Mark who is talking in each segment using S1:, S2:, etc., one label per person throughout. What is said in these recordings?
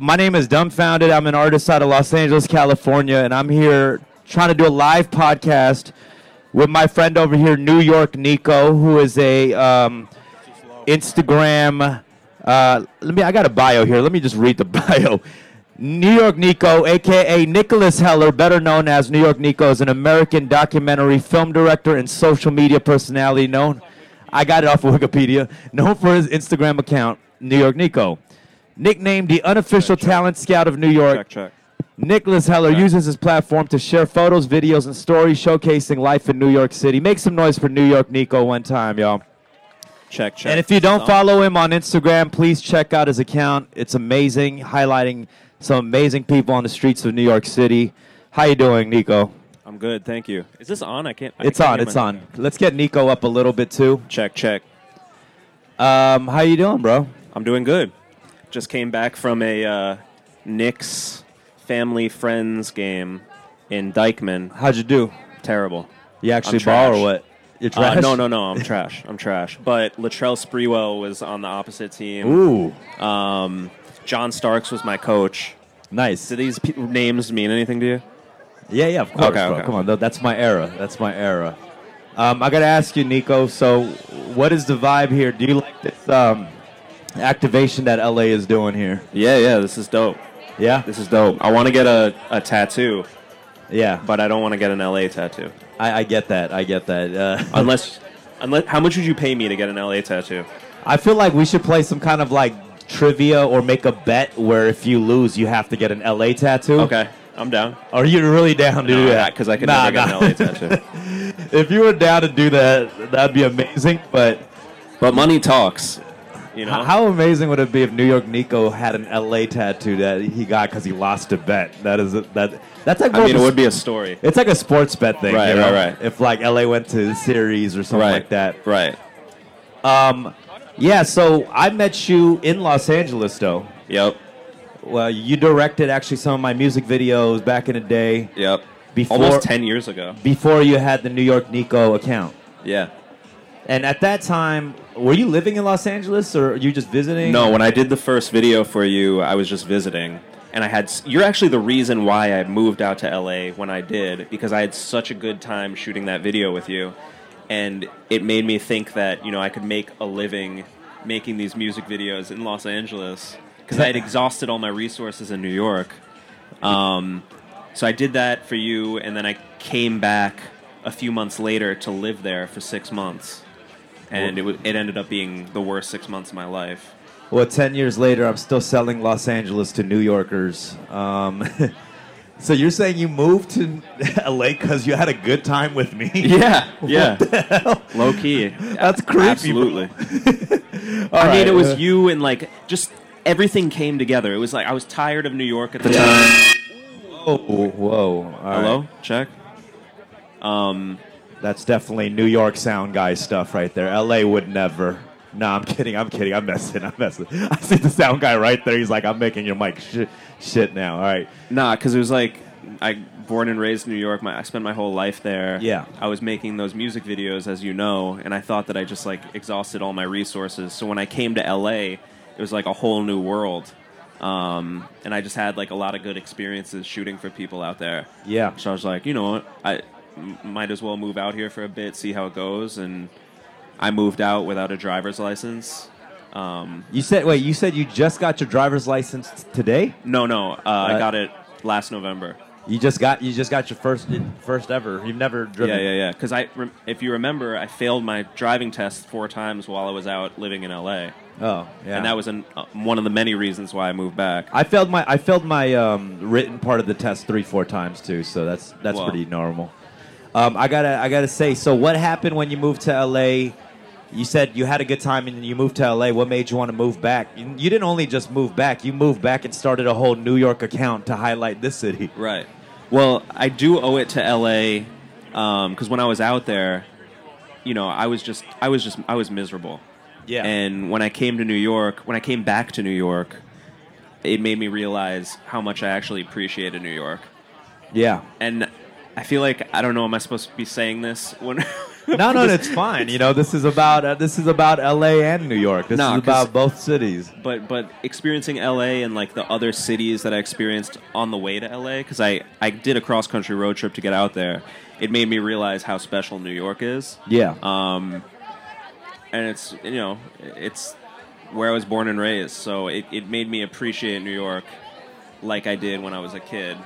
S1: My name is Dumbfounded. I'm an artist out of Los Angeles, California, and I'm here trying to do a live podcast with my friend over here, New York Nico, who is a um, Instagram. Uh, let me. I got a bio here. Let me just read the bio. New York Nico, aka Nicholas Heller, better known as New York Nico, is an American documentary film director and social media personality known. I got it off of Wikipedia. Known for his Instagram account, New York Nico. Nicknamed the unofficial talent scout of New York,
S2: Check, check.
S1: Nicholas Heller uses his platform to share photos, videos, and stories showcasing life in New York City. Make some noise for New York Nico one time, y'all.
S2: Check, check.
S1: And if you don't follow him on Instagram, please check out his account. It's amazing, highlighting some amazing people on the streets of New York City. How you doing, Nico?
S2: I'm good, thank you. Is this on? I can't. I
S1: It's
S2: can't
S1: on,
S2: hear
S1: it's
S2: my-
S1: on. Let's get Nico up a little bit too.
S2: Check, check.
S1: Um, how you doing, bro?
S2: I'm doing good. Just came back from a uh, Knicks family friends game in Dykeman.
S1: How'd you do?
S2: Terrible.
S1: You actually
S2: I'm
S1: ball or
S2: trash.
S1: what? You're
S2: Uh,
S1: trash.
S2: no, no, no. I'm trash. I'm trash. But Latrell Sprewell was on the opposite team.
S1: Ooh,
S2: Um, John Starks was my coach.
S1: nice.
S2: Do these pe- names mean anything to you?
S1: Yeah, yeah, of course.
S2: Okay,
S1: bro.
S2: okay.
S1: Come on, th- that's my era. That's my era. Um, I gotta ask you, Nico. So, what is the vibe here? Do you like this um, activation that LA is doing here?
S2: Yeah, yeah. This is dope.
S1: Yeah,
S2: This is dope. I want to get a, a tattoo,
S1: yeah.
S2: but I don't want to get an LA tattoo.
S1: I, I get that. I get that. Uh,
S2: Unless, unless, how much would you pay me to get an LA tattoo?
S1: I feel like we should play some kind of like trivia or make a bet where if you lose, you have to get an LA tattoo.
S2: Okay, I'm down.
S1: Are you really down to do that?
S2: because I could
S1: Nah,
S2: never get
S1: nah.
S2: an LA tattoo.
S1: if you were down to do that, that'd be amazing. But
S2: But money talks. You know,
S1: H- How amazing would it be if New York Nico had an LA tattoo that he got because he lost a bet? That is a, that. That's like
S2: I
S1: more
S2: mean,
S1: of
S2: it
S1: a-
S2: would be a story.
S1: It's like a sports bet thing,
S2: Right,
S1: you know?
S2: right, right.
S1: If like LA went to the series or something like that,
S2: Right.
S1: yeah. So I met you in Los Angeles, though.
S2: Yep.
S1: Well, you directed actually some of my music videos back in the day,
S2: Yep.
S1: Before-
S2: Almost ten years ago.
S1: before you had the New York Nico account.
S2: Yeah.
S1: And at that time, were you living in Los Angeles or you just visiting?
S2: No, when I did the first video for you, I was just visiting, and I had. s- You're actually the reason why I moved out to LA when I did, because I had such a good time shooting that video with you, and it made me think that you know I could make a living making these music videos in Los Angeles, because I had exhausted all my resources in New York. Um, so I did that for you, and then I came back a few months later to live there for six months. And it, w- it ended up being the worst six months of my life.
S1: Well, 10 years later, I'm still selling Los Angeles to New Yorkers. Um, so you're saying you moved to LA because you had a good time with me?
S2: Yeah, yeah. Low key.
S1: That's creepy, bro.
S2: Absolutely.
S1: All
S2: I mean,
S1: right,
S2: it was
S1: uh,
S2: you and like just everything came together. It was like I was tired of New York at the time.
S1: Whoa, whoa. all right.
S2: Hello, check.
S1: That's definitely New York sound guy stuff right there. LA would never. No, I'm kidding. I'm kidding. I'm messing. I'm messing. I see the sound guy right there. He's like, I'm making your mic sh- shit now. All right.
S2: Nah, because it was like I born and raised in New York. My, I spent my whole life there.
S1: Yeah.
S2: I was making those music videos, as you know, and I thought that I just like exhausted all my resources. So when I came to LA, it was like a whole new world. Um, and I just had like a lot of good experiences shooting for people out there.
S1: Yeah.
S2: So I was like, you know what, I m- might as well move out here for a bit, see how it goes. And I moved out without a driver's license. Um,
S1: You said, wait, you said you just got your driver's license t- today?
S2: no, no, uh, I
S1: Uh,
S2: got it last November.
S1: You just got you just got your first first ever. You've never driven.
S2: Yeah, yeah, yeah. Because I, rem- if you remember, I failed my driving test four times while I was out living in LA,
S1: Oh, yeah.
S2: and that was an, uh, one of the many reasons why I moved back.
S1: I failed my I failed my um, written part of the test three four times too. So that's that's
S2: Wow.
S1: pretty normal. Um, I gotta I gotta say. So what happened when you moved to LA? You said you had a good time and you moved to LA. What made you want to move back? You, you didn't only just move back, you moved back and started a whole New York account to highlight this city.
S2: Right. Well, I do owe it to LA because when I was out there, you know, I was just, I was just, I was miserable.
S1: Yeah.
S2: And when I came to New York, when I came back to New York, it made me realize how much I actually appreciated New York.
S1: Yeah.
S2: And I feel like I don't know. Am I supposed to be saying this? When
S1: No, no, it's fine. You know, this is about uh, this is about LA and New York. This
S2: Nah,
S1: is
S2: 'cause-
S1: about both cities.
S2: but but experiencing LA and like the other cities that I experienced on the way to LA because I I did a cross country road trip to get out there. It made me realize how special New York is,
S1: Yeah.
S2: and it's you know it's where I was born and raised, so it, it made me appreciate New York like I did when I was a kid.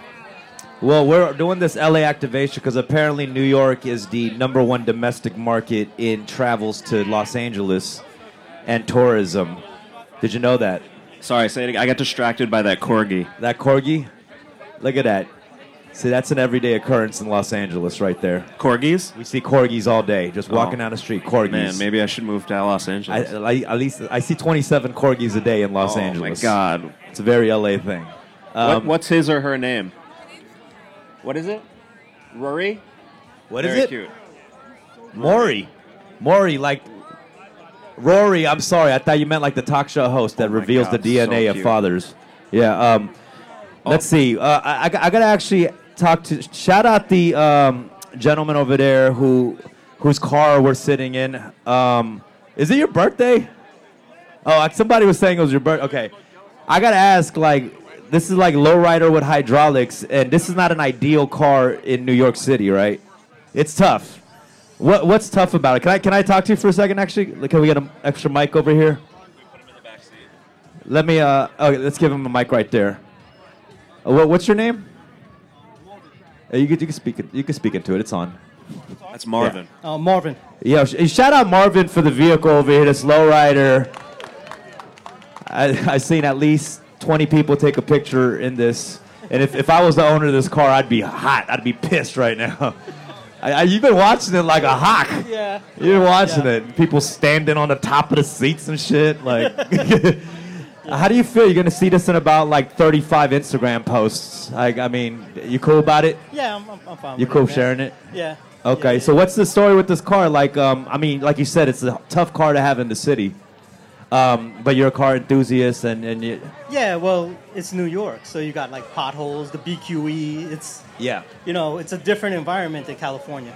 S1: Well, we're doing this LA activation because apparently New York is the number one domestic market in travels to Los Angeles and tourism. Did you know that?
S2: Sorry, say it again. I got distracted by that corgi.
S1: That corgi? Look at that. See, that's an everyday occurrence in Los Angeles right there.
S2: Corgis?
S1: We see corgis all day, just walking
S2: Oh.
S1: down the street. Corgis.
S2: Man, maybe I should move to Los
S1: I,
S2: Angeles.
S1: I, at least I see 27 corgis a day in Los
S2: oh
S1: Angeles. Um,
S2: my God,
S1: It's a very LA thing.
S2: what, what's his or her name? What is it? Rory.
S1: What
S2: Very cute.
S1: Maury. Maury, like Rory. I'm sorry. I thought you meant like the talk show host that
S2: Oh my
S1: reveals
S2: God,
S1: the DNA
S2: so
S1: of
S2: cute.
S1: fathers. Yeah. Um, Let's see. Uh, I, I, I gotta actually talk to. Shout out the um, gentleman over there who whose car we're sitting in. Um, is it your birthday? Oh, like, somebody was saying it was your birthday. Okay, I gotta ask. Like, this is like lowrider with hydraulics, and this is not an ideal car in New York City, right? It's tough. What what's tough about it? Can I can I talk to you for a second? Actually, Like, can we get an extra mic over here? Let me. Uh, okay, let's give him a mic right there. Uh, what, what's your name? Uh, you, can, you can speak. it- You can speak into it. It's on.
S2: That's Marvin.
S3: Uh, Marvin.
S1: Yeah. Sh- shout out Marvin for the vehicle over here. This lowrider. I, I've seen at least 20 people take a picture in this. And if, if I was the owner of this car, I'd be hot. I'd be pissed right now. I, I, you've been watching it like a hawk.
S3: Yeah.
S1: You've been watching
S3: Yeah.
S1: it. People standing on the top of the seats and shit. Like, how do you feel? You're gonna see this in about like 35 Instagram posts. Like, I mean, you cool about it?
S3: Yeah, I'm, I'm, I'm fine.
S1: You
S3: with
S1: cool
S3: yeah.
S1: sharing it?
S3: Yeah.
S1: Okay,
S3: Yeah.
S1: so what's the story with this car? Like, um, I mean, like you said, it's a tough car to have in the city. Um, but you're a car enthusiast, and, and you,
S3: Yeah, well, it's New York, so you got like potholes, the BQE. It's
S1: yeah.
S3: you know, it's a different environment than California.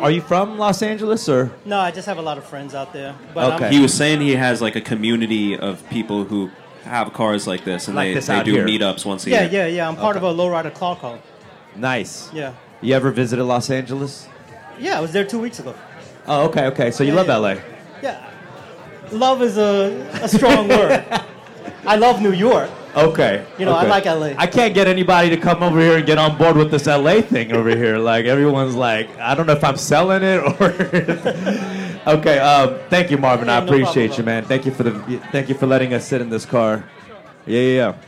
S1: Are you from Los Angeles or?
S3: No, I just have a lot of friends out there, but
S1: Okay.
S3: I'm
S2: He was saying he has like a community of people who have cars like this, and
S1: Like
S2: they,
S1: this
S2: they
S1: out
S2: do
S1: here.
S2: meetup meetups once a
S3: yeah,
S2: year.
S3: yeah, yeah. I'm part of a lowrider claw call.
S1: Nice.
S3: Yeah,
S1: You ever visited Los Angeles?
S3: yeah. I was there two weeks ago.
S1: Oh, okay, okay. So you
S3: Yeah,
S1: love
S3: yeah.
S1: LA.
S3: Yeah, love is a, a strong word. I love New York.
S1: Okay.
S3: You know, I
S1: okay.
S3: like LA.
S1: I can't get anybody to come over here and get on board with this LA thing over here. Like everyone's like, I don't know if I'm selling it or. okay. Um, thank you, Marvin. I
S3: Yeah, no problem,
S1: appreciate you,
S3: bro.
S1: man. Thank you for the. Thank you for letting us sit in this car. Yeah, yeah, yeah.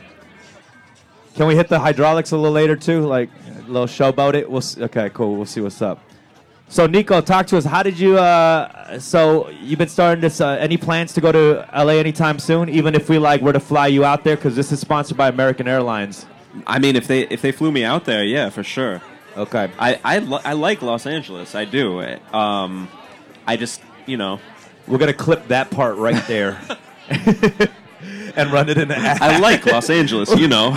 S1: Can we hit the hydraulics a little later too? Like a little showboat it. We'll. s okay, cool. We'll see what's up. So Nico, talk to us. How did you? Uh, so you've been starting this. Uh, any plans to go to LA anytime soon? Even if we like were to fly you out there, because this is sponsored by American Airlines.
S2: I mean, if they if they flew me out there, yeah, for sure.
S1: Okay.
S2: I I, li- I like Los Angeles. I do. Um, I just you know
S1: We're gonna clip that part right there, and run it in the ad.
S2: I like Los Angeles. You know,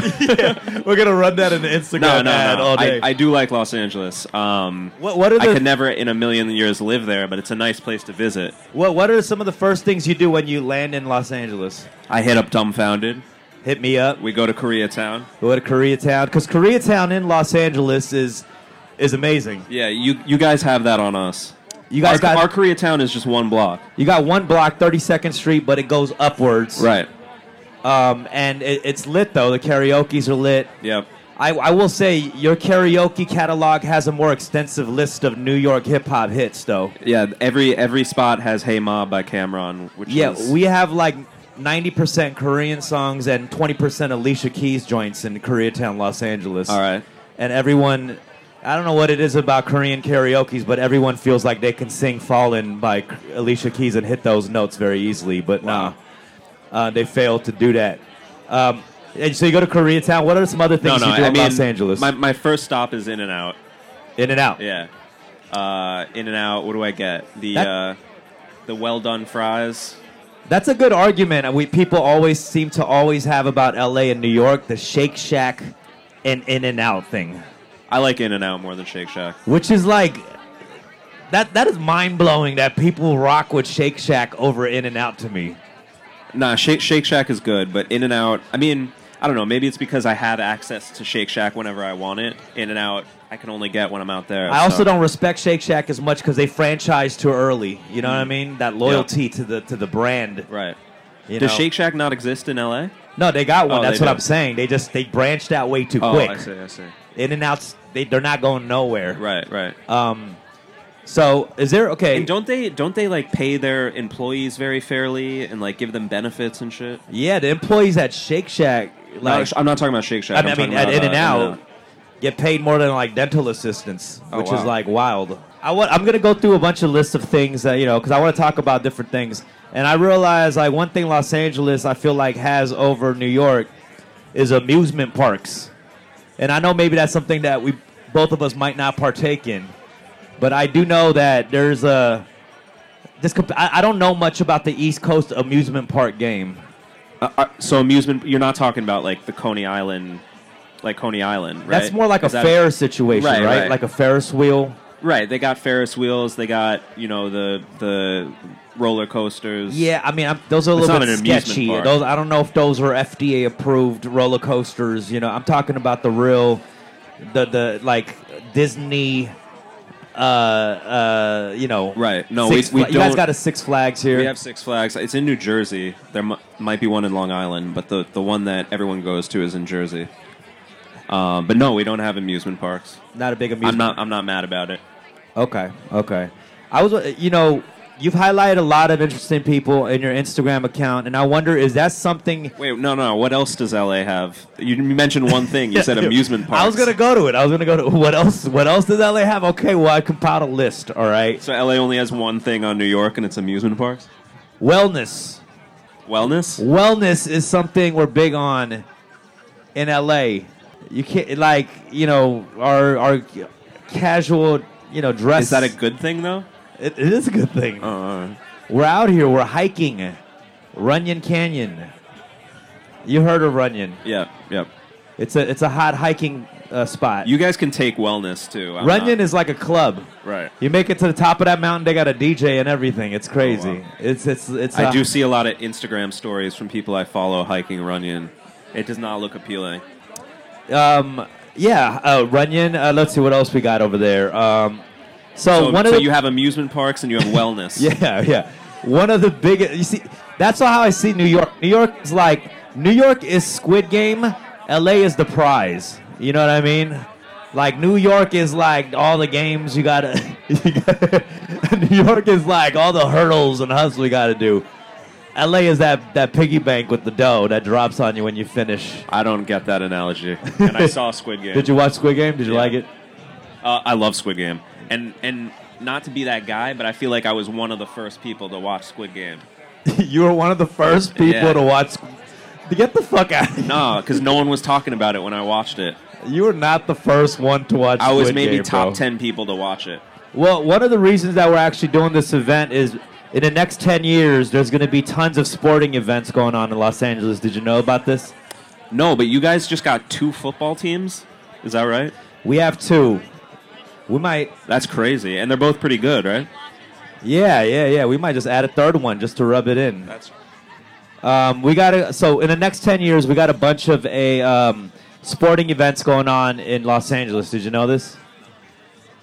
S1: We're gonna run that in the Instagram
S2: no, no,
S1: ad
S2: no.
S1: all day.
S2: I, I do like Los Angeles. Um,
S1: what, what are
S2: I
S1: the
S2: could never in a million years live there, but it's a nice place to visit.
S1: what, what are some of the first things you do when you land in Los Angeles?
S2: I hit up dumbfounded.
S1: Hit me up.
S2: We go to Koreatown.
S1: Go to Koreatown because Koreatown in Los Angeles is is amazing.
S2: Yeah, you you guys have that on us.
S1: You guys
S2: our,
S1: got
S2: our Koreatown is just one block.
S1: You got one block, 32nd Street, but it goes upwards.
S2: Right.
S1: Um, and it, it's lit, though. The karaoke's are lit.
S2: Yep.
S1: I, I will say your karaoke catalog has a more extensive list of New York hip hop hits, though.
S2: Yeah. Every every spot has "Hey Ma" by Cameron, which
S1: Yeah,
S2: is
S1: we have like 90% Korean songs and 20% Alicia Keys joints in Koreatown, Los Angeles.
S2: All right.
S1: And everyone I don't know what it is about Korean karaoke's, but everyone feels like they can sing "Fallen" by K- Alicia Keys and hit those notes very easily. But nah, uh, they fail to do that. Um, and so you go to Koreatown. What are some other
S2: No,
S1: things
S2: no.
S1: you do
S2: I
S1: in
S2: mean,
S1: Los Angeles?
S2: My, my first stop is In and Out.
S1: in and out.
S2: Yeah. Uh, in and Out. What do I get? The
S1: That-
S2: uh, the well done fries.
S1: That's a good argument. and We people always seem to always have about L.A. and New York the Shake Shack and In and Out thing.
S2: I like In and Out more than Shake Shack.
S1: which is like that that is mind blowing that people rock with Shake Shack over In and Out to me.
S2: Nah, Shake Shake Shack is good, but In and Out. I mean, I don't know. Maybe it's because I have access to Shake Shack whenever I want it. In and Out, I can only get when I'm out there.
S1: I also
S2: so-
S1: don't respect Shake Shack as much because they franchise too early. You know what I
S2: Mm.
S1: mean? That loyalty to the to the brand.
S2: Right.
S1: You
S2: Does
S1: know?
S2: Shake Shack not exist in L.A.?
S1: No, they got one.
S2: Oh,
S1: That's
S2: they
S1: what
S2: do.
S1: I'm saying. They just they branched out way too
S2: Oh,
S1: quick.
S2: I see. I see.
S1: In and Out's they they're not going nowhere.
S2: Right. Right.
S1: Um. So is there okay?
S2: and don't they don't they like pay their employees very fairly and like give them benefits and shit?
S1: yeah, the employees at Shake Shack
S2: No,
S1: like
S2: I'm not talking about Shake Shack.
S1: I mean,
S2: I'm
S1: I mean
S2: talking
S1: at
S2: about,
S1: In and
S2: uh,
S1: Out, get paid more than like dental assistants,
S2: Oh,
S1: which is
S2: wow.
S1: like wild. I want, I'm gonna go through a bunch of lists of things that you know because I want to talk about different things. And I realize like one thing Los Angeles I feel like has over New York is amusement parks. And I know maybe that's something that we both of us might not partake in, but I do know that there's a. This comp- I, I don't know much about the East Coast amusement park game.
S2: Uh, uh, so amusement, you're not talking about like the Coney Island, like Coney Island, right?
S1: That's more like a
S2: Is that-
S1: Ferris situation,
S2: Right,
S1: right?
S2: right.
S1: Like a Ferris wheel.
S2: Right. They got Ferris wheels. They got you know the the roller coasters.
S1: Yeah, I mean, I'm, those are a
S2: It's
S1: little
S2: not
S1: bit
S2: an amusement
S1: sketchy.
S2: park.
S1: Those I don't know if those are FDA approved roller coasters. You know, I'm talking about the real, the the like Disney. Uh, uh, you know,
S2: Right. No,
S1: Six
S2: we- we
S1: Fla- You guys
S2: don't-
S1: got a Six Flags here.
S2: We have Six Flags. It's in New Jersey. There m- might be one in Long Island, but the the one that everyone goes to is in Jersey. Um, but no, we don't have amusement parks.
S1: not a big amusement.
S2: I'm not. I'm not mad about it.
S1: Okay, okay. I was, you know, you've highlighted a lot of interesting people in your Instagram account, and I wonder is that something?
S2: Wait, no, no. What else does LA have? You mentioned one thing. You said amusement parks.
S1: I was gonna go to it. I was gonna go to what else? What else does LA have? Okay, well, I compiled a list. All right,
S2: So LA only has one thing on New York, and it's amusement parks.
S1: wellness.
S2: Wellness.
S1: wellness is something we're big on in LA. You can't like you know our our casual you know dress.
S2: Is that a good thing though?
S1: It, it is a good thing.
S2: Uh,
S1: We're out here. We're hiking, Runyon Canyon. You heard of Runyon?
S2: yeah, yeah.
S1: It's a it's a hot hiking uh, spot.
S2: You uh, guys can take wellness too. I'm
S1: Runyon
S2: not-
S1: is like a club.
S2: right.
S1: You make it to the top of that mountain, they got a DJ and everything. It's crazy.
S2: Oh, wow.
S1: It's it's it's. uh,
S2: I
S1: a-
S2: do see a lot of Instagram stories from people I follow hiking Runyon. It does not look appealing.
S1: Um, yeah, uh, Runyon. Uh, let's see what else we got over there. Um, so,
S2: So,
S1: one
S2: so
S1: of the
S2: you have amusement parks and you have wellness.
S1: yeah yeah one of the biggest. You see, that's how I see New York. New York is like New York is Squid Game. L.A. is the prize. You know what I mean? Like New York is like all the games you gotta. You gotta New York is like all the hurdles and hustles you gotta do. L.A. is that that piggy bank with the dough that drops on you when you finish.
S2: I don't get that analogy. And I saw Squid Game.
S1: Did you watch Squid Game? Did you
S2: Yeah.
S1: like it?
S2: Uh, I love Squid Game, and and not to be that guy, but I feel like I was one of the first people to watch Squid Game.
S1: you were one of the first people
S2: Yeah.
S1: to watch. To get the fuck out! of here.
S2: No, because no one was talking about it when I watched it.
S1: You were not the first one to watch.
S2: I was
S1: Squid
S2: maybe
S1: Game,
S2: top
S1: bro.
S2: ten people to watch it.
S1: Well, one of the reasons that we're actually doing this event is in the next ten years, there's going to be tons of sporting events going on in Los Angeles. Did you know about this?
S2: No, but you guys just got two football teams. Is that right?
S1: We have two. We might,
S2: That's crazy, and they're both pretty good, right?
S1: yeah, yeah, yeah. We might just add a third one just to rub it in.
S2: That's
S1: Um, we got to so in the next ten years, we got a bunch of a um, sporting events going on in Los Angeles. Did you know this?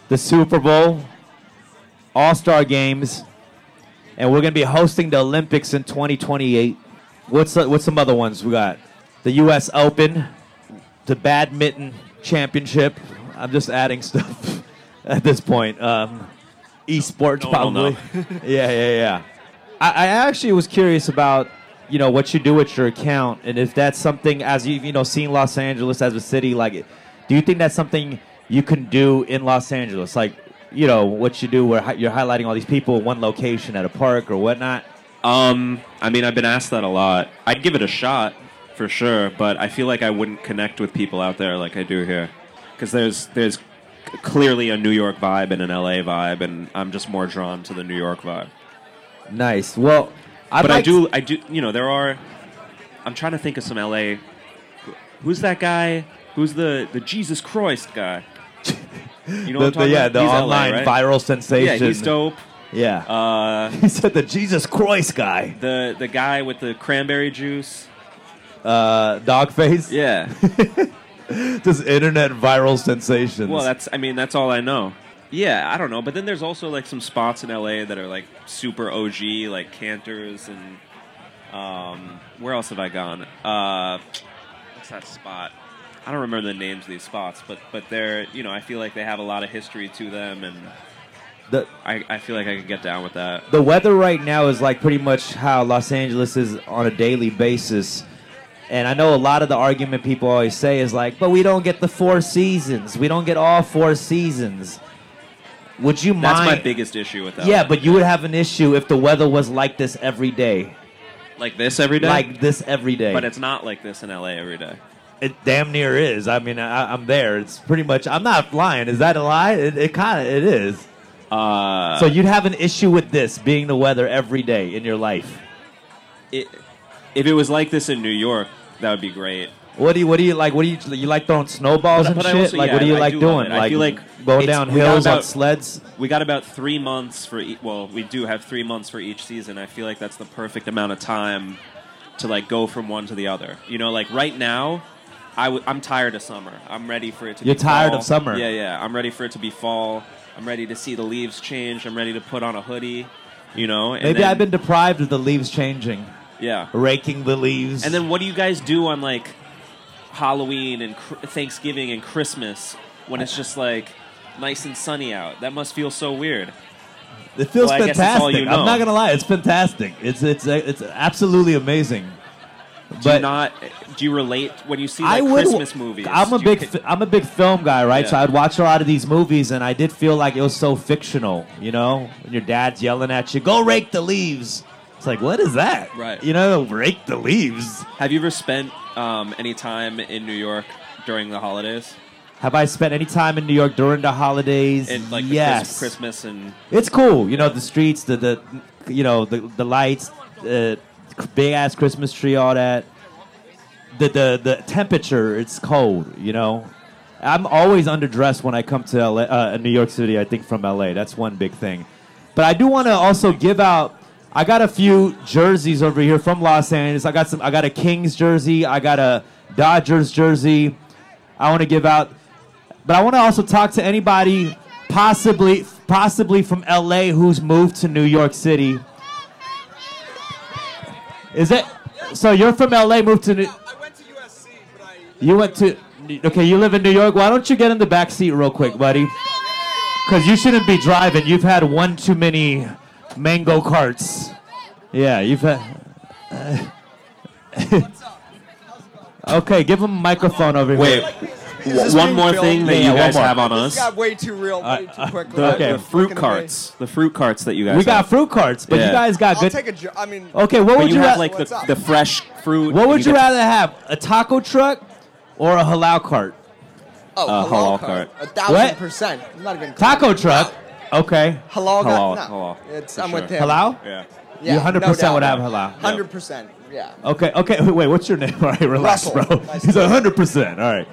S1: The Super Bowl, All Star Games, and we're gonna be hosting the Olympics in 2028. What's the, what's some other ones we got? The U.S. Open, the Badminton Championship. I'm just adding stuff at this point. Um, esports
S2: No one will
S1: probably. yeah, yeah, yeah. I, I actually was curious about you know what you do with your account and if that's something as you've you know seen Los Angeles as a city like do you think that's something you can do in Los Angeles, like you know what you do where hi- you're highlighting all these people in one location at a park or whatnot.
S2: Um, I mean, I've been asked that a lot. I'd give it a shot for sure, but I feel like I wouldn't connect with people out there like I do here, because there's there's c- clearly a New York vibe and an LA vibe, and I'm just more drawn to the New York vibe.
S1: Nice. Well, I'd
S2: but I
S1: like to-
S2: do, I do, you know, there are. I'm trying to think of some LA. Who's that guy? Who's the the Jesus Christ guy? You know what
S1: the,
S2: I'm
S1: the,
S2: talking
S1: yeah,
S2: about?
S1: the
S2: He's LA,
S1: online
S2: right?
S1: viral sensation.
S2: Yeah, he's dope.
S1: Yeah.
S2: Uh,
S1: he said the Jesus Christ guy.
S2: the the guy with the cranberry juice.
S1: Uh, dog face.
S2: Yeah.
S1: Just internet viral sensations.
S2: Well, that's I mean that's all I know. Yeah, I don't know. But then there's also like some spots in LA that are like super OG, like Cantors and um, where else have I gone? Uh, what's that spot? I don't remember the names of these spots, but but they're you know I feel like they have a lot of history to them, and
S1: the,
S2: I, I feel like I could get down with that.
S1: the weather right now is like pretty much how Los Angeles is on a daily basis. And I know a lot of the argument people always say is like, but we don't get the four seasons. We don't get all four seasons. Would you
S2: That's
S1: mind?
S2: my biggest issue with that.
S1: yeah, but you would have an issue if the weather was like this every day.
S2: like this every day.
S1: Like this every day.
S2: but it's not like this in LA every day.
S1: It damn near is. I mean, I, I'm there. It's pretty much. I'm not lying. Is that a lie? It, it kind of it is.
S2: Uh,
S1: so you'd have an issue with this being the weather every day in your life.
S2: it, if it was like this in New York, that would be great.
S1: What do you What do you like? What do you you like throwing snowballs
S2: But-
S1: and
S2: but I
S1: shit?
S2: also-
S1: like
S2: yeah,
S1: what do you
S2: I
S1: like
S2: do love
S1: doing?
S2: it. I feel like
S1: going
S2: it's-
S1: down
S2: we got
S1: hills on
S2: about-
S1: sleds.
S2: We got about three months for e- well, we do have three months for each season. I feel like that's the perfect amount of time to like go from one to the other. You know, like right now, I w- I'm tired of summer. I'm ready for it to.
S1: You're
S2: be
S1: tired
S2: fall.
S1: of summer.
S2: Yeah, yeah. I'm ready for it to be fall. I'm ready to see the leaves change. I'm ready to put on a hoodie. You know, and
S1: Maybe
S2: then-
S1: I've been deprived of the leaves changing,
S2: yeah.
S1: raking the leaves.
S2: And then what do you guys do on like Halloween and cr- Thanksgiving and Christmas when it's just like nice and sunny out? That must feel so weird.
S1: it feels
S2: well, I
S1: fantastic.
S2: guess that's all you know.
S1: I'm not gonna lie, it's fantastic. It's it's it's absolutely amazing.
S2: do
S1: but
S2: you not do you relate when you see like Christmas movies?
S1: I'm a
S2: do you
S1: big
S2: ca-
S1: fi- I'm a big film guy, right?
S2: Yeah.
S1: So I'd watch a lot of these movies, and I did feel like it was so fictional. You know, when your dad's yelling at you, "Go rake the leaves." It's like, what is that?
S2: Right.
S1: You know, rake the leaves.
S2: Have you ever spent um, any time in New York during the holidays?
S1: Have I spent any time in New York during the holidays?
S2: And like the Chris-
S1: yes,
S2: Christmas and
S1: it's cool. You know, the streets, the the you know the the lights, the big ass Christmas tree, all that. The the the temperature, it's cold. You know, I'm always underdressed when I come to LA, uh, New York City. I think from LA, that's one big thing. But I do want to also give out. I got a few jerseys over here from Los Angeles. I got some. I got a Kings jersey. I got a Dodgers jersey. I want to give out but I want to also talk to anybody possibly possibly from LA who's moved to New York City. Is it so you're from LA moved to New,
S4: I went to USC, but I.
S1: you went to Okay, you live in New York. Why don't you get in the back seat real quick, buddy? Cuz you shouldn't be driving. You've had one too many mango carts. Yeah, you've had Okay, give him a microphone over here.
S2: wait.
S4: this
S2: one
S4: being
S2: more
S4: filmed?
S2: thing that
S1: Yeah,
S2: you
S1: one
S2: guys
S1: more.
S2: have on
S4: This
S2: us:
S4: got way too real, way too quickly.
S2: the,
S1: Okay.
S2: the fruit
S4: Fucking
S2: carts. The fruit carts that you guys
S1: We got
S2: have.
S1: fruit carts, but you
S2: Yeah.
S1: guys got
S4: I'll
S1: good
S4: take a. Jo- I mean,
S1: Okay, what
S2: But
S1: would
S2: you
S1: you,
S2: have
S1: ra-
S2: like the,
S4: What's up?
S2: the fresh fruit.
S1: What
S2: and
S1: would you
S2: get-
S1: rather have? A taco truck or a halal cart?
S4: oh,
S2: uh,
S4: halal
S2: halal
S4: cart,
S2: cart.
S4: a thousand
S1: What?
S4: percent. I'm not even
S1: Taco truck. Okay.
S2: Halal,
S4: Halal, cart, no.
S2: halal,
S4: It's,
S2: for
S4: I'm with
S2: sure.
S4: him.
S1: Halal?
S2: Yeah.
S4: Yeah,
S1: You 100%
S4: no
S1: would
S4: doubt.
S1: have halal.
S4: Hundred percent. Yeah.
S1: Okay, okay. Wait, what's your name? All right, relax, bro.
S4: Russell. Nice
S1: He's
S4: to meet you.
S1: 100%. All right.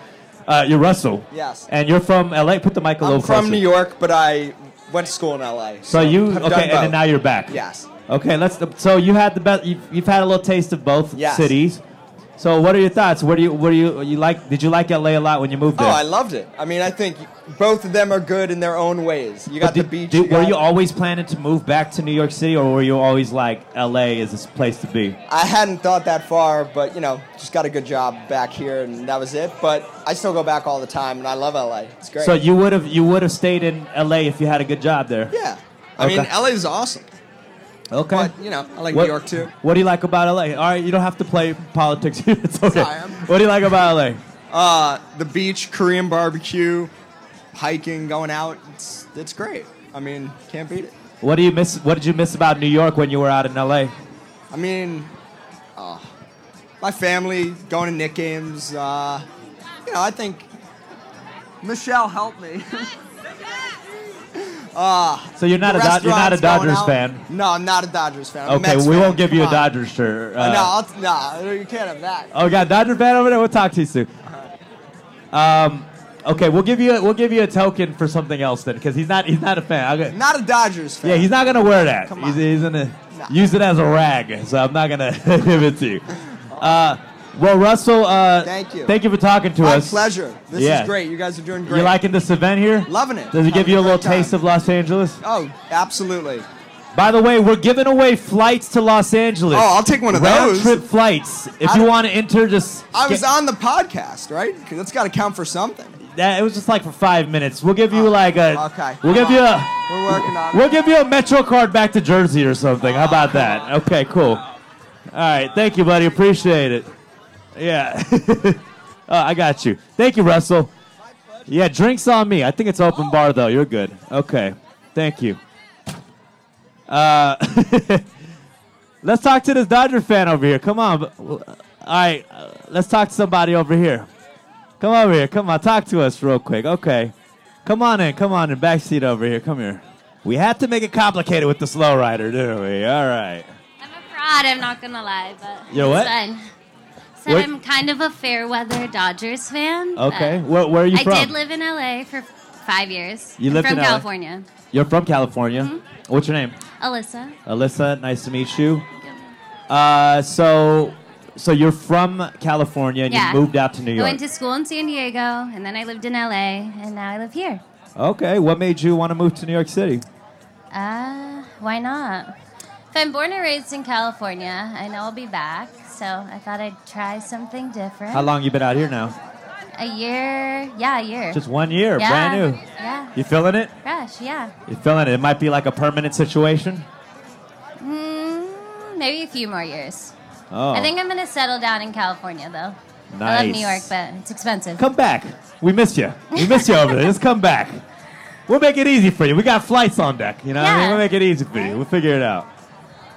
S1: Uh, you're Russell.
S4: Yes.
S1: And you're from LA. Put the mic a
S4: I'm
S1: little
S4: from
S1: closer.
S4: New York, but I went to school in LA.
S1: So you
S4: have done
S1: okay? And then
S4: both.
S1: now you're back.
S4: Yes.
S1: Okay. Let's. So you had the best. You've, you've had a little taste of both
S4: Yes.
S1: cities. So what are your thoughts? What do you? What do you? You like? Did you like LA a lot when you moved
S4: Oh,
S1: there?
S4: I loved it. I mean, I think both of them are good in their own ways. You got
S1: But
S4: the
S1: did-
S4: beach.
S1: did- were
S4: got-
S1: you always planning to move back to New York City, or were you always like L.A. is this place to be?
S4: I hadn't thought that far, but you know, just got a good job back here, and that was it. But I still go back all the time, and I love LA. It's great.
S1: So you would have you would have stayed in L.A. if you had a good job there.
S4: yeah, I mean,
S1: Okay.
S4: LA is awesome,
S1: Okay.
S4: but you know, I like
S1: What-
S4: New York too.
S1: What do you like about L.A.? All right, you don't have to play politics. here. it's okay.
S4: Sorry, I'm-
S1: What do you like about L.A.?
S4: Uh, the beach, Korean barbecue, hiking, going out. It's, it's great. I mean, can't beat it.
S1: What do you miss? What did you miss about New York when you were out in LA?
S4: I mean, uh, my family going to Nick games. Uh, you know, I think Michelle helped me.
S1: So you're not a Dod- you're not a
S4: Restaurants, going
S1: Dodgers
S4: out.
S1: fan.
S4: No, I'm not a Dodgers fan. I'm a
S1: Okay,
S4: Mets
S1: we
S4: fan.
S1: won't give you a
S4: Come on.
S1: Dodgers shirt.
S4: Uh,
S1: uh,
S4: no, I'll, no, you can't have that.
S1: Oh, we got a Dodger fan over there. We'll talk to you soon. Um, okay, we'll give you a, we'll give you a token for something else then, because he's not he's not a fan. I'll go-
S4: Not a Dodgers fan.
S1: yeah, he's not gonna wear that.
S4: Come
S1: He's,
S4: on.
S1: he's gonna
S4: Nah.
S1: use it as a rag. So I'm not gonna give it to you. Uh, well, Russell, uh,
S4: Thank you.
S1: Thank you for talking to
S4: My
S1: us.
S4: pleasure. This
S1: Yeah.
S4: is great. You guys are doing great.
S1: You liking this event here?
S4: Loving it.
S1: Does it give
S4: Having
S1: you
S4: a
S1: a little
S4: great time.
S1: taste of Los Angeles?
S4: Oh, absolutely.
S1: By the way, we're giving away flights to Los Angeles.
S4: Oh, I'll take one of
S1: Round
S4: those.
S1: trip flights. If
S4: I-
S1: you want to enter, just
S4: I was
S1: get-
S4: on the podcast, right? 'Cause that's got to count for something.
S1: that it was just like for five minutes. We'll give you like a
S4: okay.
S1: We'll
S4: Come
S1: give you
S4: on.
S1: a
S4: We're working on
S1: we'll
S4: it.
S1: give you a Metro card back to Jersey or something. How about that? Okay, cool. All right, thank you, buddy. Appreciate it. Yeah, uh, I got you. Thank you, Russell. Yeah, drinks on me. I think it's open bar though. You're good. Okay, thank you. Uh, let's talk to this Dodger fan over here. Come on. All right, uh, let's talk to somebody over here. Come over here. Come on. Talk to us real quick. Okay. Come on in. Come on in. Back seat over here. Come here. We have to make it complicated with the slow rider, do we? All right.
S5: I'm a fraud, I'm not gonna lie, but
S1: You're
S5: it's
S1: what?
S5: fine. So
S1: What-
S5: I'm kind of a fair weather Dodgers fan. but
S1: Okay. Where, where are you
S5: Uh, I
S1: from?
S5: did live in LA for five years.
S1: You
S5: I'm
S1: lived
S5: from
S1: in LA?
S5: California.
S1: You're from California.
S5: Mm-hmm.
S1: What's your name?
S5: Alyssa.
S1: Alyssa. Nice to meet you. Uh, so, so you're from California and
S5: Yeah.
S1: you moved out to New
S5: I
S1: York.
S5: went to school in San Diego, and then I lived in LA, and now I live here.
S1: okay. What made you want to move to New York City?
S5: Uh, why not? If I'm born and raised in California, I know I'll be back. So I thought I'd try something different.
S1: How long you been out here now?
S5: A year, yeah, a year.
S1: Just one year.
S5: yeah,
S1: Brand new.
S5: Yeah,
S1: You feeling it?
S5: fresh, yeah.
S1: You feeling it? It might be like a permanent situation.
S5: Mm, maybe a few more years.
S1: Oh.
S5: I think I'm gonna settle down in California though. I love
S1: Nice.
S5: New York, but it's expensive.
S1: Come back. We miss you. We miss you over there. Just come back. We'll make it easy for you. We got flights on deck. You know, what I mean,
S5: Yeah.
S1: we'll make it easy for you. We'll figure it out.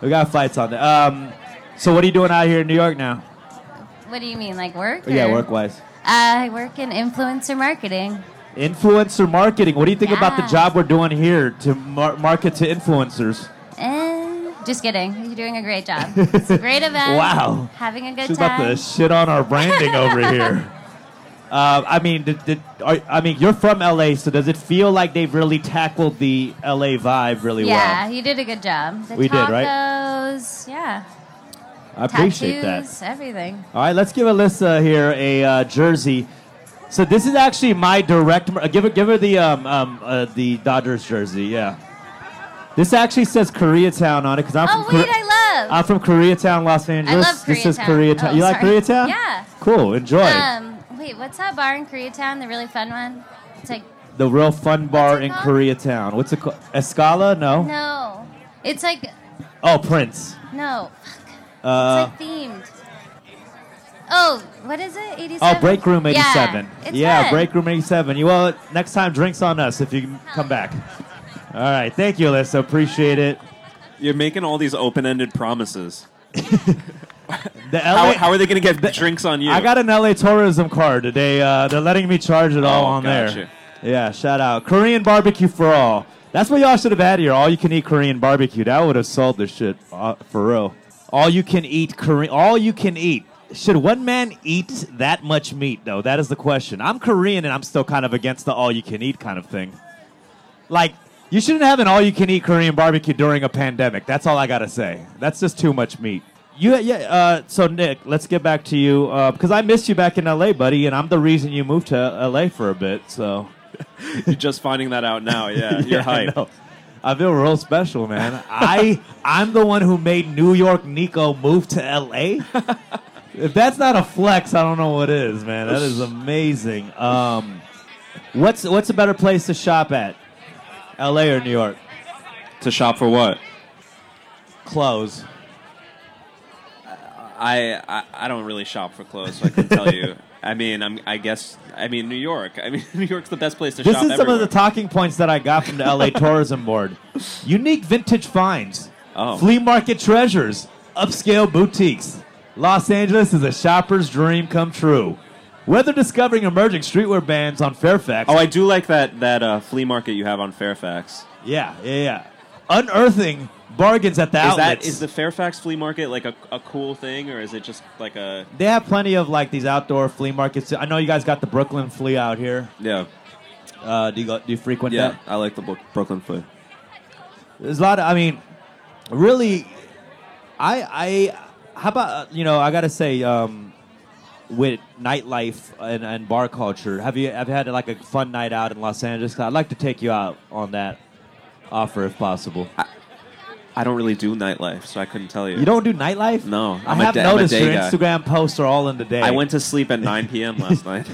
S1: We got flights on deck. Um, so what are you doing out here in New York now?
S5: What do you mean, like work?
S1: Oh, yeah,
S5: or-
S1: work wise.
S5: I work in influencer marketing.
S1: Influencer marketing. What do you think about the
S5: Yeah.
S1: job we're doing here to mar- market to influencers?
S5: Eh, just kidding. You're doing a great job. It's a great event.
S1: Wow.
S5: Having a Um, good
S1: She's about
S5: time.
S1: to shit on our branding over here. Uh, I mean, did, did, are, I mean, you're from LA, so does it feel like they've really tackled the LA vibe really
S5: yeah,
S1: well?
S5: you did a good job. The
S1: We did,
S5: tacos,
S1: right?
S5: yeah.
S1: I appreciate that.
S5: tattoos, everything.
S1: All right, let's give Alyssa here a uh, jersey. So this is actually my direct. Mer- give her, give her the um, um, uh, the Dodgers jersey. Yeah, this actually says Koreatown on it because I'm
S5: Oh
S1: from
S5: wait,
S1: Kore-
S5: I
S1: I'm
S5: love.
S1: from Koreatown, Los Angeles.
S5: love
S1: Uh, This is
S5: Koreatown.
S1: Koreatown.
S5: Oh,
S1: you like
S5: sorry.
S1: Koreatown?
S5: Yeah.
S1: Cool. Enjoy.
S5: um, wait, what's that bar in Koreatown? The really fun one. It's like
S1: the real fun bar
S5: it
S1: in
S5: called?
S1: Koreatown. What's it called? Escala? No.
S5: no, it's like
S1: Oh, Prince.
S5: no. Fuck.
S1: Uh,
S5: it's like themed. Oh, what is it? 87?
S1: oh, Break Room 87.
S5: Yeah, it's
S1: yeah
S5: fun.
S1: Break Room 87. You well, next time drinks on us if you come back. All right. Thank you, Alyssa. Appreciate it.
S2: You're making all these open-ended promises.
S1: The
S2: How,
S1: LA,
S2: how are they going to get drinks on you?
S1: I got an LA tourism card today. Uh, they're letting me charge it all
S2: Oh,
S1: on
S2: gotcha.
S1: there. Yeah, shout out Korean barbecue for all. That's what y'all should have had here. All you can eat Korean barbecue. That would have sold this shit uh, for real. All you can eat Korean. All you can eat. Should one man eat that much meat though? That is the question. I'm Korean and I'm still kind of against the all you can eat kind of thing. Like you shouldn't have an all you can eat Korean barbecue during a pandemic. That's all I gotta say. That's just too much meat. You, yeah. Uh, so Nick, let's get back to you uh, because I missed you back in L.A., buddy, and I'm the reason you moved to L.A. for a bit. So
S2: You're just finding that out now.
S1: Yeah,
S2: Yeah, you're
S1: I
S2: hype.
S1: know. I feel real special, man. I I'm the one who made New York Nico move to L.A. if that's not a flex, I don't know what is, man. That is amazing. Um, what's what's a better place to shop at, L.A. or New York?
S2: To shop for what?
S1: Clothes.
S2: I, I I don't really shop for clothes, so I can tell you. I mean, I'm, I guess. I mean, New York. I mean, New York's the best place to
S1: This
S2: shop.
S1: is some of
S2: everywhere.
S1: the talking points that I got from the LA Tourism Board. Unique vintage finds,
S2: Oh.
S1: flea market treasures, upscale boutiques. Los Angeles is a shopper's dream come true. Whether discovering emerging streetwear bands on Fairfax,
S2: Oh, I do like that that uh, flea market you have on Fairfax.
S1: yeah, yeah, yeah, unearthing bargains at the
S2: Is
S1: outlets.
S2: that is the Fairfax flea market like a, a cool thing, or is it just like a
S1: they have plenty of like these outdoor flea markets. I know you guys got the Brooklyn flea out here.
S2: yeah
S1: Uh, do you go, do you frequent that?
S2: I like the Bro- Brooklyn flea.
S1: There's a lot. Of, I mean, really, I I how about uh, you know I gotta say um, with nightlife and, and bar culture. Have you have you had like a fun night out in Los Angeles? 'Cause I'd like to take you out on that offer if possible.
S2: I don't really do nightlife, so I couldn't tell you.
S1: you don't do nightlife?
S2: No,
S1: I
S2: I'm a
S1: have
S2: da- I'm a
S1: noticed
S2: day
S1: your
S2: guy.
S1: Instagram posts are all in the day.
S2: I went to sleep at 9 p.m. last night.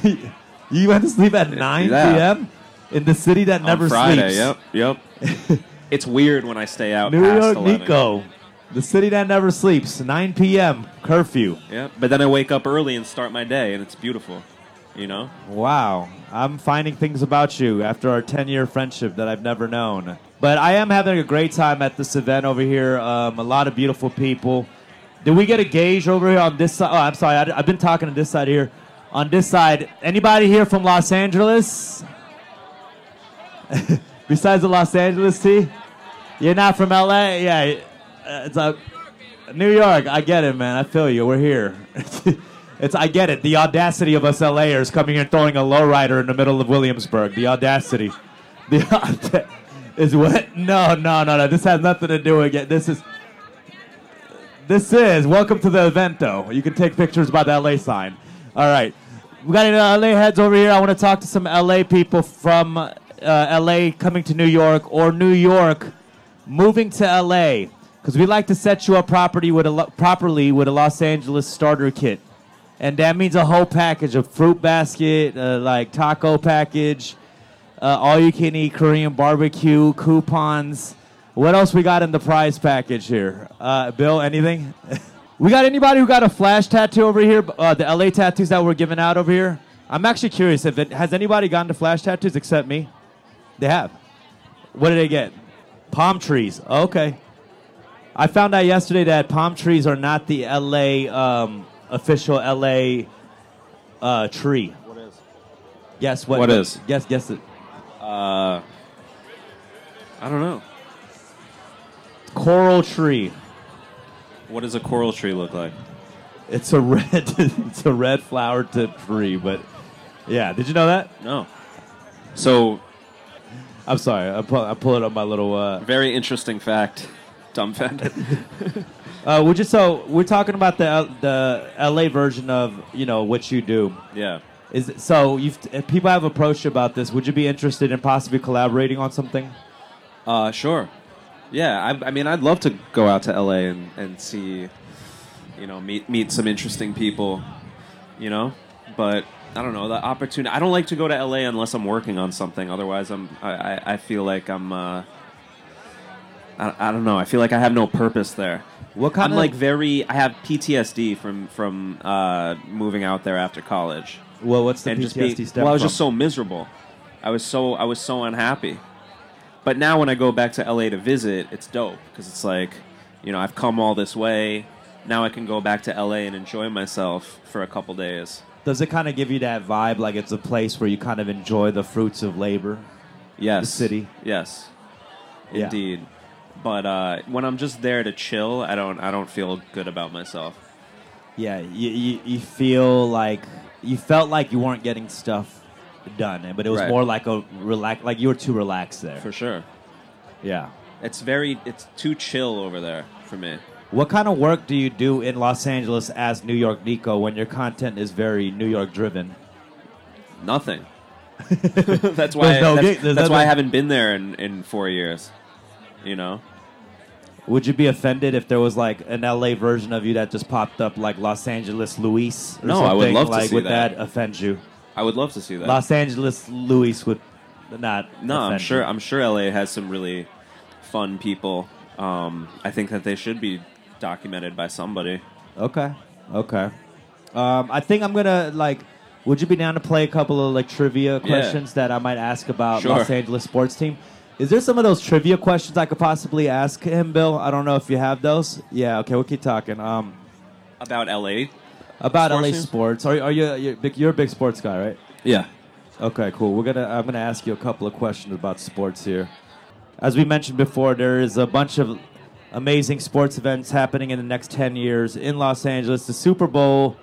S1: you went to sleep at nine
S2: Yeah.
S1: p.m. in the city that never
S2: on Friday.
S1: sleeps.
S2: Yep, yep. it's weird when I stay out
S1: New
S2: past
S1: York,
S2: 11.
S1: Nico, the city that never sleeps. Nine p.m. curfew.
S2: Yep. But then I wake up early and start my day, and it's beautiful. You know.
S1: Wow. I'm finding things about you after our 10 year friendship that I've never known. But I am having a great time at this event over here. Um, a lot of beautiful people. Did we get a gauge over here on this side? Oh, I'm sorry. I, have been talking to this side here. On this side, anybody here from Los Angeles? Besides the Los Angeles T? You're not from LA? Yeah. uh, It's a. New York, I get it, man. I feel you. We're here. it's I get it. The audacity of us LAers coming here and throwing a lowrider in the middle of Williamsburg. The audacity. The auda- is what? No, no, no, no. This has nothing to do with it. This is. This is welcome to the event, though. You can take pictures by the LA sign. All right, we got any LA heads over here. I want to talk to some LA people from uh, LA coming to New York or New York moving to LA because we like to set you up property with a lo- properly with a Los Angeles starter kit, and that means a whole package: a fruit basket, uh, like taco package, uh, all you can eat Korean barbecue coupons. What else we got in the prize package here, uh, Bill? Anything? we got anybody who got a flash tattoo over here? b- Uh, the LA tattoos that we're giving out over here. I'm actually curious if it has anybody gotten to flash tattoos except me. They have. What did they get? Palm trees. Okay. I found out yesterday that palm trees are not the LA um, official LA uh, tree. What is? Guess what?
S2: What is?
S1: Guess guess it.
S2: I don't know.
S1: Coral tree.
S2: What does a coral tree look like?
S1: It's a red. it's a red flower tip tree. But yeah, did you know that?
S2: No. So
S1: I'm sorry. I pull, I pull it up my little. Uh,
S2: very interesting fact. Dumbfounded.
S1: uh, we're just so we're talking about the L- the LA version of you know what you do.
S2: yeah.
S1: Is so you've if people have approached you about this. Would you be interested in possibly collaborating on something?
S2: Uh, sure. Yeah, I, I mean, I'd love to go out to LA and, and see, you know, meet meet some interesting people, you know. But I don't know the opportunity. I don't like to go to LA unless I'm working on something. Otherwise, I'm I, I, I feel like I'm. Uh, I, I don't know. I feel like I have no purpose there.
S1: What kind
S2: I'm
S1: of-
S2: like very. I have PTSD from from uh, moving out there after college
S1: Well, what's the
S2: and just
S1: PTSD
S2: being,
S1: step?
S2: well, I was
S1: from?
S2: just so miserable. I was so I was so unhappy. But now when I go back to LA to visit, it's dope because it's like, you know, I've come all this way. Now I can go back to LA and enjoy myself for a couple days.
S1: Does it kind of give you that vibe, like it's a place where you kind of enjoy the fruits of labor?
S2: Yes,
S1: city.
S2: Yes,
S1: Yeah.
S2: indeed. But uh, when I'm just there to chill, I don't I don't feel good about myself.
S1: Yeah, you, you, you feel like you felt like you weren't getting stuff done, eh, but it was
S2: Right.
S1: more like a relax, like you were too relaxed there.
S2: For sure,
S1: Yeah.
S2: it's very it's too chill over there for me.
S1: What kind of work do you do in Los Angeles as New York Nico when your content is very New York driven?
S2: Nothing. that's why.
S1: There's no
S2: that's
S1: gate, there's
S2: that's why I
S1: nothing.
S2: haven't been there in, in four years. You know.
S1: Would you be offended if there was like an LA version of you that just popped up, like Los Angeles Luis? Or
S2: No, I would
S1: something?
S2: love to
S1: like,
S2: see
S1: would
S2: that.
S1: that. offend you?
S2: I would love to see that.
S1: Los Angeles Luis would not.
S2: no, I'm
S1: offend
S2: sure.
S1: you.
S2: I'm sure LA has some really fun people. Um, I think that they should be documented by somebody.
S1: Okay. Okay. Um, I think I'm gonna like Would you be down to play a couple of like trivia
S2: Yeah.
S1: questions that I might ask about
S2: Sure.
S1: Los Angeles sports team? Is there some of those trivia questions I could possibly ask him, Bill? I don't know if you have those. Yeah, okay, we'll keep talking. Um,
S2: About LA?
S1: about
S2: Sports
S1: LA
S2: teams?
S1: sports. Are, are you you're, a big- you're a big sports guy, right?
S2: Yeah.
S1: Okay, cool. We're gonna I'm gonna ask you a couple of questions about sports here. As we mentioned before, there is a bunch of amazing sports events happening in the next 10 years in Los Angeles. The Super Bowl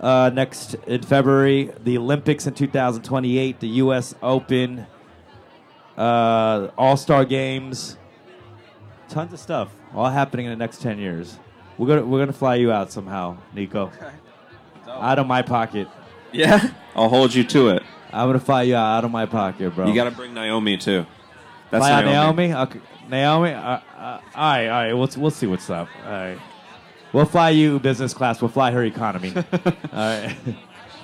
S1: uh, next in February, the Olympics in 2028, the U.S. Open, uh, All Star Games, tons of stuff all happening in the next 10 years. We're gonna we're gonna fly you out somehow, Nico. Out of my pocket.
S2: Yeah? I'll hold you to it.
S1: I'm gonna fly you out of my pocket, bro.
S2: You got to bring Naomi, too. That's
S1: Fly out
S2: Naomi.
S1: Naomi. Okay. Naomi. Uh, uh, all right, all right. We'll, we'll see what's up. All right. We'll fly you business class. We'll fly her economy. all right.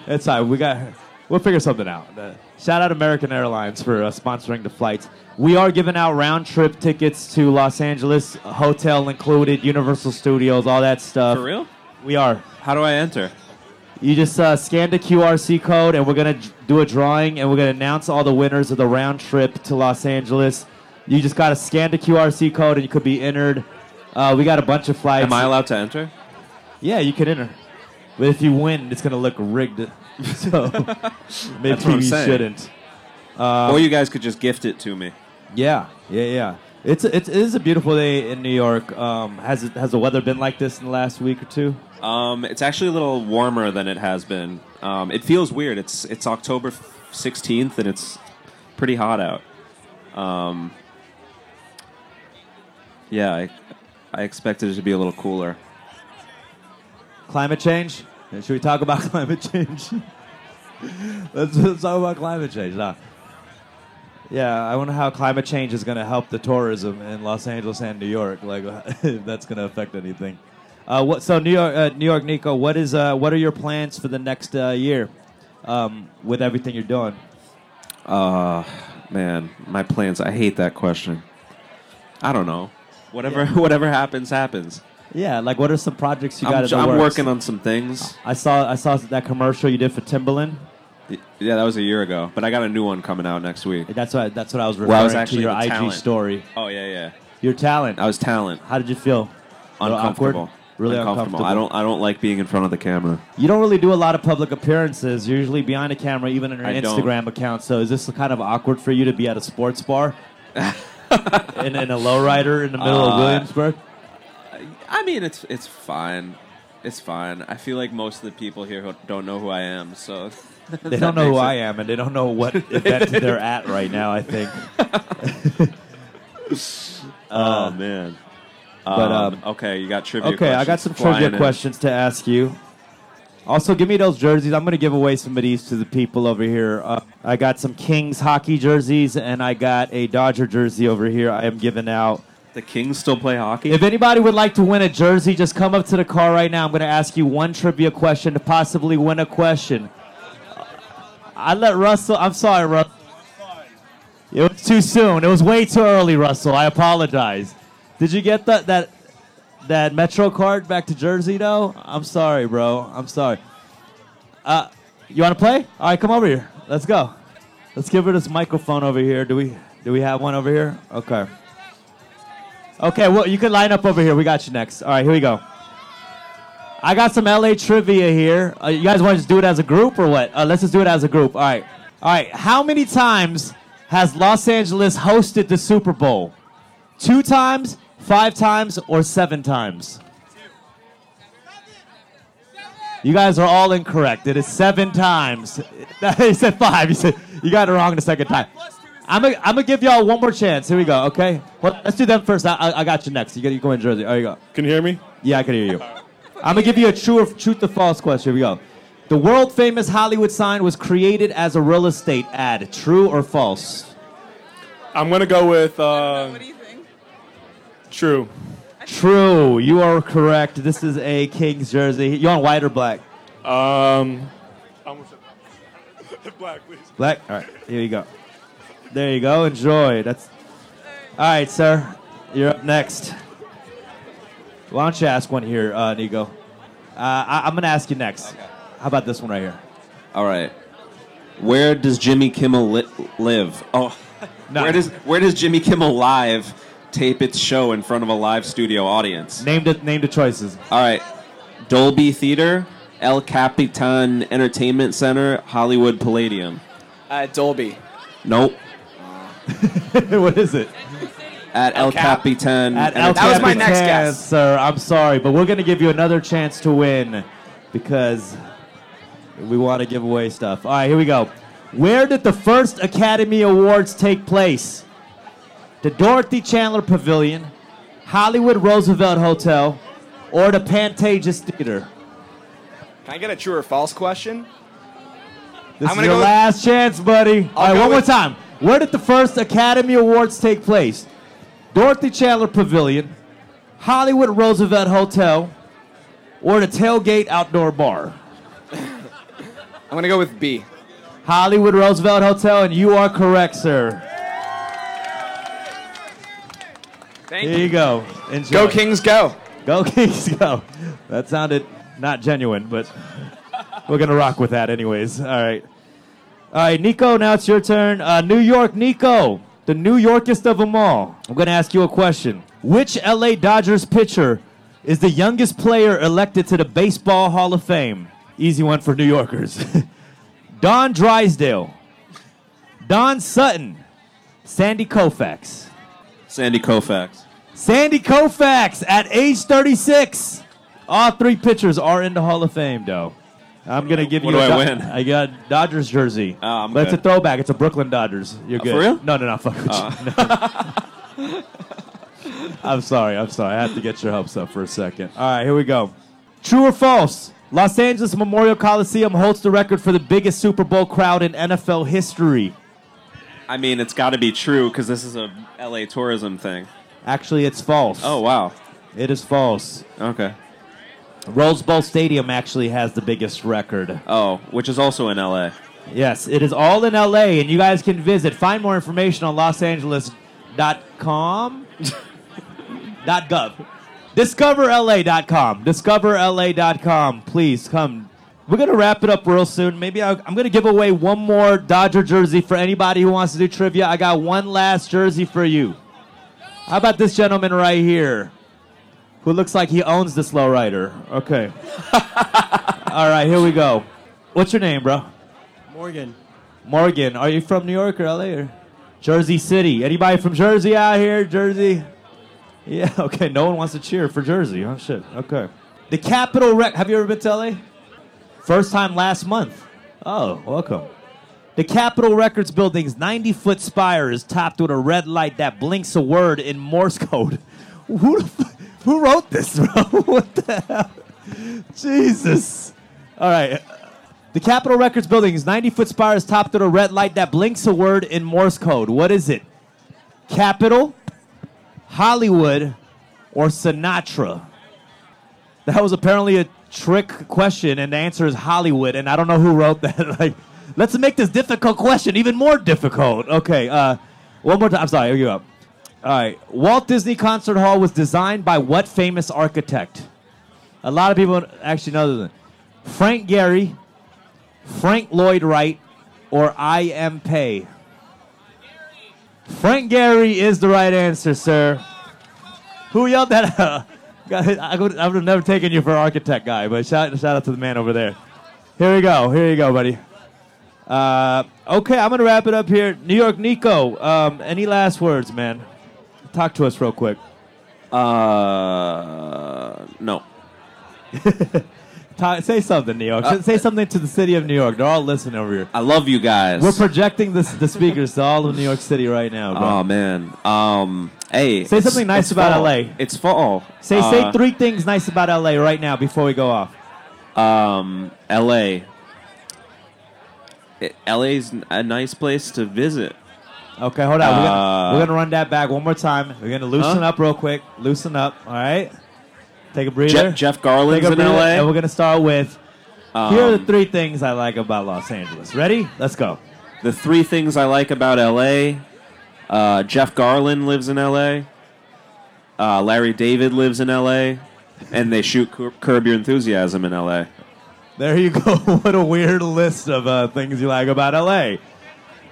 S1: It's all right. We got. We'll figure something out. Uh, shout out American Airlines for uh, sponsoring the flights. We are giving out round trip tickets to Los Angeles, hotel included, Universal Studios, all that stuff.
S2: For real?
S1: We are.
S2: How do I enter?
S1: You just uh, scan the QRC code, and we're gonna j- do a drawing, and we're gonna announce all the winners of the round trip to Los Angeles. You just gotta scan the QRC code, and you could be entered. Uh, we got a bunch of flights.
S2: Am I allowed to enter?
S1: Yeah, you can enter. But if you win, it's gonna look rigged. So maybe
S2: what I'm
S1: you
S2: saying.
S1: shouldn't. Um,
S2: or you guys could just gift it to me.
S1: Yeah, yeah, yeah. It's it's it is a beautiful day in New York. Um, has it, has the weather been like this in the last week or two?
S2: Um, it's actually a little warmer than it has been. Um, it feels weird. It's it's October sixteenth and it's pretty hot out. Um, yeah, I, I expected it to be a little cooler.
S1: Climate change? Should we talk about climate change? let's, let's talk about climate change. Nah. Yeah, I wonder how climate change is going to help the tourism in Los Angeles and New York. Like, if that's going to affect anything. Uh, what, so, New York, uh, New York, Nico, what is uh, what are your plans for the next uh, year um, with everything you're doing?
S2: Man, my plans. I hate that question. I don't know. Whatever whatever happens happens.
S1: Yeah, like what are some projects you got?
S2: I'm,
S1: in the
S2: I'm
S1: works?
S2: working on some things.
S1: I saw I saw that commercial you did for Timberland.
S2: Y- Yeah, that was a year ago, but I got a new one coming out next week.
S1: That's what that's what I was referring
S2: Well, I was
S1: to
S2: actually
S1: your
S2: the
S1: IG
S2: talent.
S1: story.
S2: Oh yeah, yeah.
S1: Your talent.
S2: I was talent.
S1: How did you feel? A little
S2: Uncomfortable.
S1: awkward? Really uncomfortable.
S2: I don't I don't like being in front of the camera.
S1: You don't really do a lot of public appearances. You're usually behind a camera, even in your
S2: I don't.
S1: Instagram account. So is this kind of awkward for you to be at a sports bar in, in a lowrider in the middle of
S2: Uh,
S1: Williamsburg?
S2: I mean, it's it's fine. It's fine. I feel like most of the people here who don't know who I am, so
S1: They don't know who I am, and they don't know what event they're at right now. I think.
S2: Oh man.
S1: But,
S2: Um,
S1: um,
S2: okay, you got trivia.
S1: Okay, I got
S2: questions
S1: some
S2: flying
S1: trivia
S2: in.
S1: questions to ask you. Also, give me those jerseys. I'm going to give away some of these to the people over here. Uh, I got some Kings hockey jerseys, and I got a Dodger jersey over here. I am giving out.
S2: The Kings still play hockey.
S1: If anybody would like to win a jersey, just come up to the car right now. I'm going to ask you one trivia question to possibly win a question. I let Russell. I'm sorry, Russell. It was too soon. It was way too early, Russell. I apologize. Did you get that that that Metro card back to Jersey though? I'm sorry, bro. I'm sorry. Uh, you want to play? All right, come over here. Let's go. Let's give her this microphone over here. Do we do we have one over here? Okay. Okay, well, you can line up over here. We got you next. All right, here we go. I got some LA trivia here. Uh, you guys want to just do it as a group or what? Uh, let's just do it as a group. All right. All right. How many times has Los Angeles hosted the Super Bowl? Two times, five times, or seven times? You guys are all incorrect. It is seven times. he said five. You said you got it wrong the second time. I'm gonna I'm gonna give y'all one more chance. Here we go. Okay. Well, let's do them first. I, I, I got you next. You got you go in Jersey. There you go.
S6: Can you hear me?
S1: Yeah, I can hear you. I'm gonna give you a true or truth or false question. Here we go. The world famous Hollywood sign was created as a real estate ad. True or false?
S6: I'm gonna go with. Uh, what do you think? True.
S1: True. You are correct. This is a Kings jersey. You on white or black?
S6: Um, I'm black, please.
S1: Black. All right. Here you go. There you go. Enjoy. That's. All right, sir. You're up next. Why don't you ask one here, uh, Nico? Uh, I, I'm gonna ask you next. How about this one right here?
S2: All right. Where does Jimmy Kimmel li- live? Oh, where does where does Jimmy Kimmel live tape its show in front of a live studio audience?
S1: Name the name the choices.
S2: All right. Dolby Theater, El Capitan Entertainment Center, Hollywood Palladium.
S7: At Dolby.
S2: Nope.
S1: what is it?
S2: At El,
S7: Cap-
S2: Capitan.
S1: At
S2: Entertainment-
S7: That was my next
S1: Capitan,
S7: guess.
S1: sir. I'm sorry, but we're gonna give you another chance to win because we want to give away stuff. All right, here we go. Where did the first Academy Awards take place? The Dorothy Chandler Pavilion, Hollywood Roosevelt Hotel, or the Pantages Theater?
S7: Can I get a true or false question?
S1: This
S7: I'm
S1: is
S7: gonna
S1: your
S7: go with-
S1: last chance, buddy. All right,
S7: go
S1: one
S7: with-
S1: more time. Where did the first Academy Awards take place? Dorothy Chandler Pavilion, Hollywood Roosevelt Hotel, or the Tailgate Outdoor Bar?
S7: I'm gonna go with B.
S1: Hollywood Roosevelt Hotel, and you are correct, sir.
S7: Thank
S1: Here you go. Enjoy.
S7: Go Kings, go!
S1: Go Kings, go. That sounded not genuine, but we're gonna rock with that, anyways. All right, all right, Nico. Now it's your turn. Uh, New York, Nico, the New Yorkest of them all. I'm gonna ask you a question. Which LA Dodgers pitcher is the youngest player elected to the Baseball Hall of Fame? Easy one for New Yorkers. Don Drysdale, Don Sutton, Sandy Koufax.
S2: Sandy Koufax.
S1: Sandy Koufax at age 36. All three pitchers are in the Hall of Fame, though. I'm gonna give
S2: What
S1: you.
S2: do
S1: a
S2: I
S1: Do-
S2: win?
S1: I got a Dodgers jersey.
S2: Oh, I'm
S1: but it's a
S2: good. Uh,
S1: throwback. It's a Brooklyn Dodgers. You're good.
S2: for real? Uh.
S1: No, no, no. Fuck with you. No. I'm sorry. I'm sorry. I have to get your hopes up for a second. All right, here we go. True or false? Los Angeles Memorial Coliseum holds the record for the biggest Super Bowl crowd in NFL history.
S2: I mean, it's got to be true because this is a LA tourism thing.
S1: Actually, it's false.
S2: Oh wow.
S1: it is false.
S2: Okay.
S1: Rose Bowl Stadium actually has the biggest record.
S2: Oh, which is also in LA.
S1: Yes, it is all in LA, and you guys can visit. Find more information on losangeles.com. dot gov. DiscoverLA.com. DiscoverLA.com. Please come. We're going to wrap it up real soon. Maybe I, I'm going to give away one more Dodger jersey for anybody who wants to do trivia. I got one last jersey for you. How about this gentleman right here who looks like he owns the Slow Rider? Okay. all right, here we go. What's your name, bro?
S3: Morgan.
S1: Morgan, are you from New York or LA or Jersey City? Anybody from Jersey out here? Jersey? Yeah, okay. No one wants to cheer for Jersey. Oh shit. Okay. The Capitol Rec have you ever been to LA? First time last month. Oh, welcome. The Capitol Records building's 90 foot spire is topped with a red light that blinks a word in Morse code. Who, the f- who wrote this, bro? what the hell? Jesus. All right. The Capitol Records building is 90 foot spires topped with a red light that blinks a word in Morse code. What is it? Capitol, Hollywood, or Sinatra? That was apparently a trick question, and the answer is Hollywood, and I don't know who wrote that. like, let's make this difficult question even more difficult. Okay, uh, one more time. I'm sorry, you up. All right. Walt Disney Concert Hall was designed by what famous architect? A lot of people actually know this. Frank Gehry, Frank Lloyd Wright, or I M Pei? Frank Gehry is the right answer, sir. Who yelled that? out? God, I would, I would have never taken you for an architect guy, but shout, shout out to the man over there. Here we go. Here you go, buddy. Uh, okay, I'm going to wrap it up here. New York Nico, um, any last words, man? Talk to us real quick.
S2: Uh, no.
S1: Ta say something, New York. say something to the city of New York. They're all listening over here.
S2: I love you guys.
S1: We're projecting this, the speakers to all of New York City right now, bro.
S2: Oh man. Um. Hey.
S1: Say
S2: it's-
S1: something nice
S2: it's
S1: about
S2: fall.
S1: LA.
S2: It's fall.
S1: Say
S2: uh,
S1: say three things nice about LA right now before we go off.
S2: Um. LA. It, LA's n- a nice place to visit.
S1: Okay, hold on. we're,
S2: Uh,
S1: gonna, we're gonna run that back one more time. We're gonna loosen
S2: Huh?
S1: up real quick. Loosen up. All right. Take a breather.
S2: Je- Jeff
S1: Take
S2: Garland's
S1: a
S2: in Um,
S1: breather, And
S2: LA.
S1: we're gonna start with. Here are the three things I like about Los Angeles. Ready? Let's go.
S2: The three things I like about LA. Uh, Jeff Garland lives in LA. Uh, Larry David lives in LA, and they shoot Cur- Curb Your Enthusiasm in LA.
S1: There you go. what a weird list of uh, things you like about LA.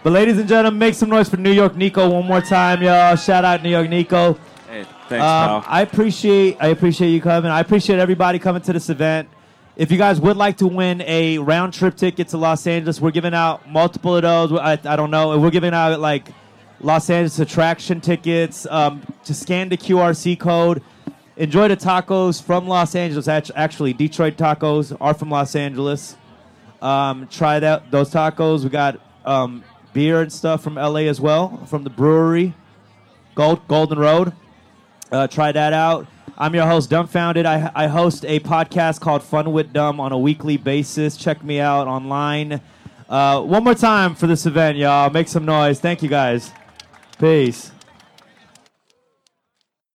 S1: But ladies and gentlemen, make some noise for New York Nico one more time, y'all. Shout out New York Nico.
S2: Hey, thanks,
S1: Um,
S2: pal.
S1: I appreciate I appreciate you coming. I appreciate everybody coming to this event. If you guys would like to win a round trip ticket to Los Angeles, we're giving out multiple of those. I, I don't know. We're giving out like Los Angeles attraction tickets. Um, to scan the QRC code, enjoy the tacos from Los Angeles. Act- Actually, Detroit tacos are from Los Angeles. Um, try that those tacos. We got um, beer and stuff from LA as well, from the brewery, Gold Golden Road uh, try that out. I'm your host, Dumbfounded. I, I host a podcast called Fun with Dumb on a weekly basis. Check me out online. Uh, one more time for this event, y'all. Make some noise. Thank you guys. Peace.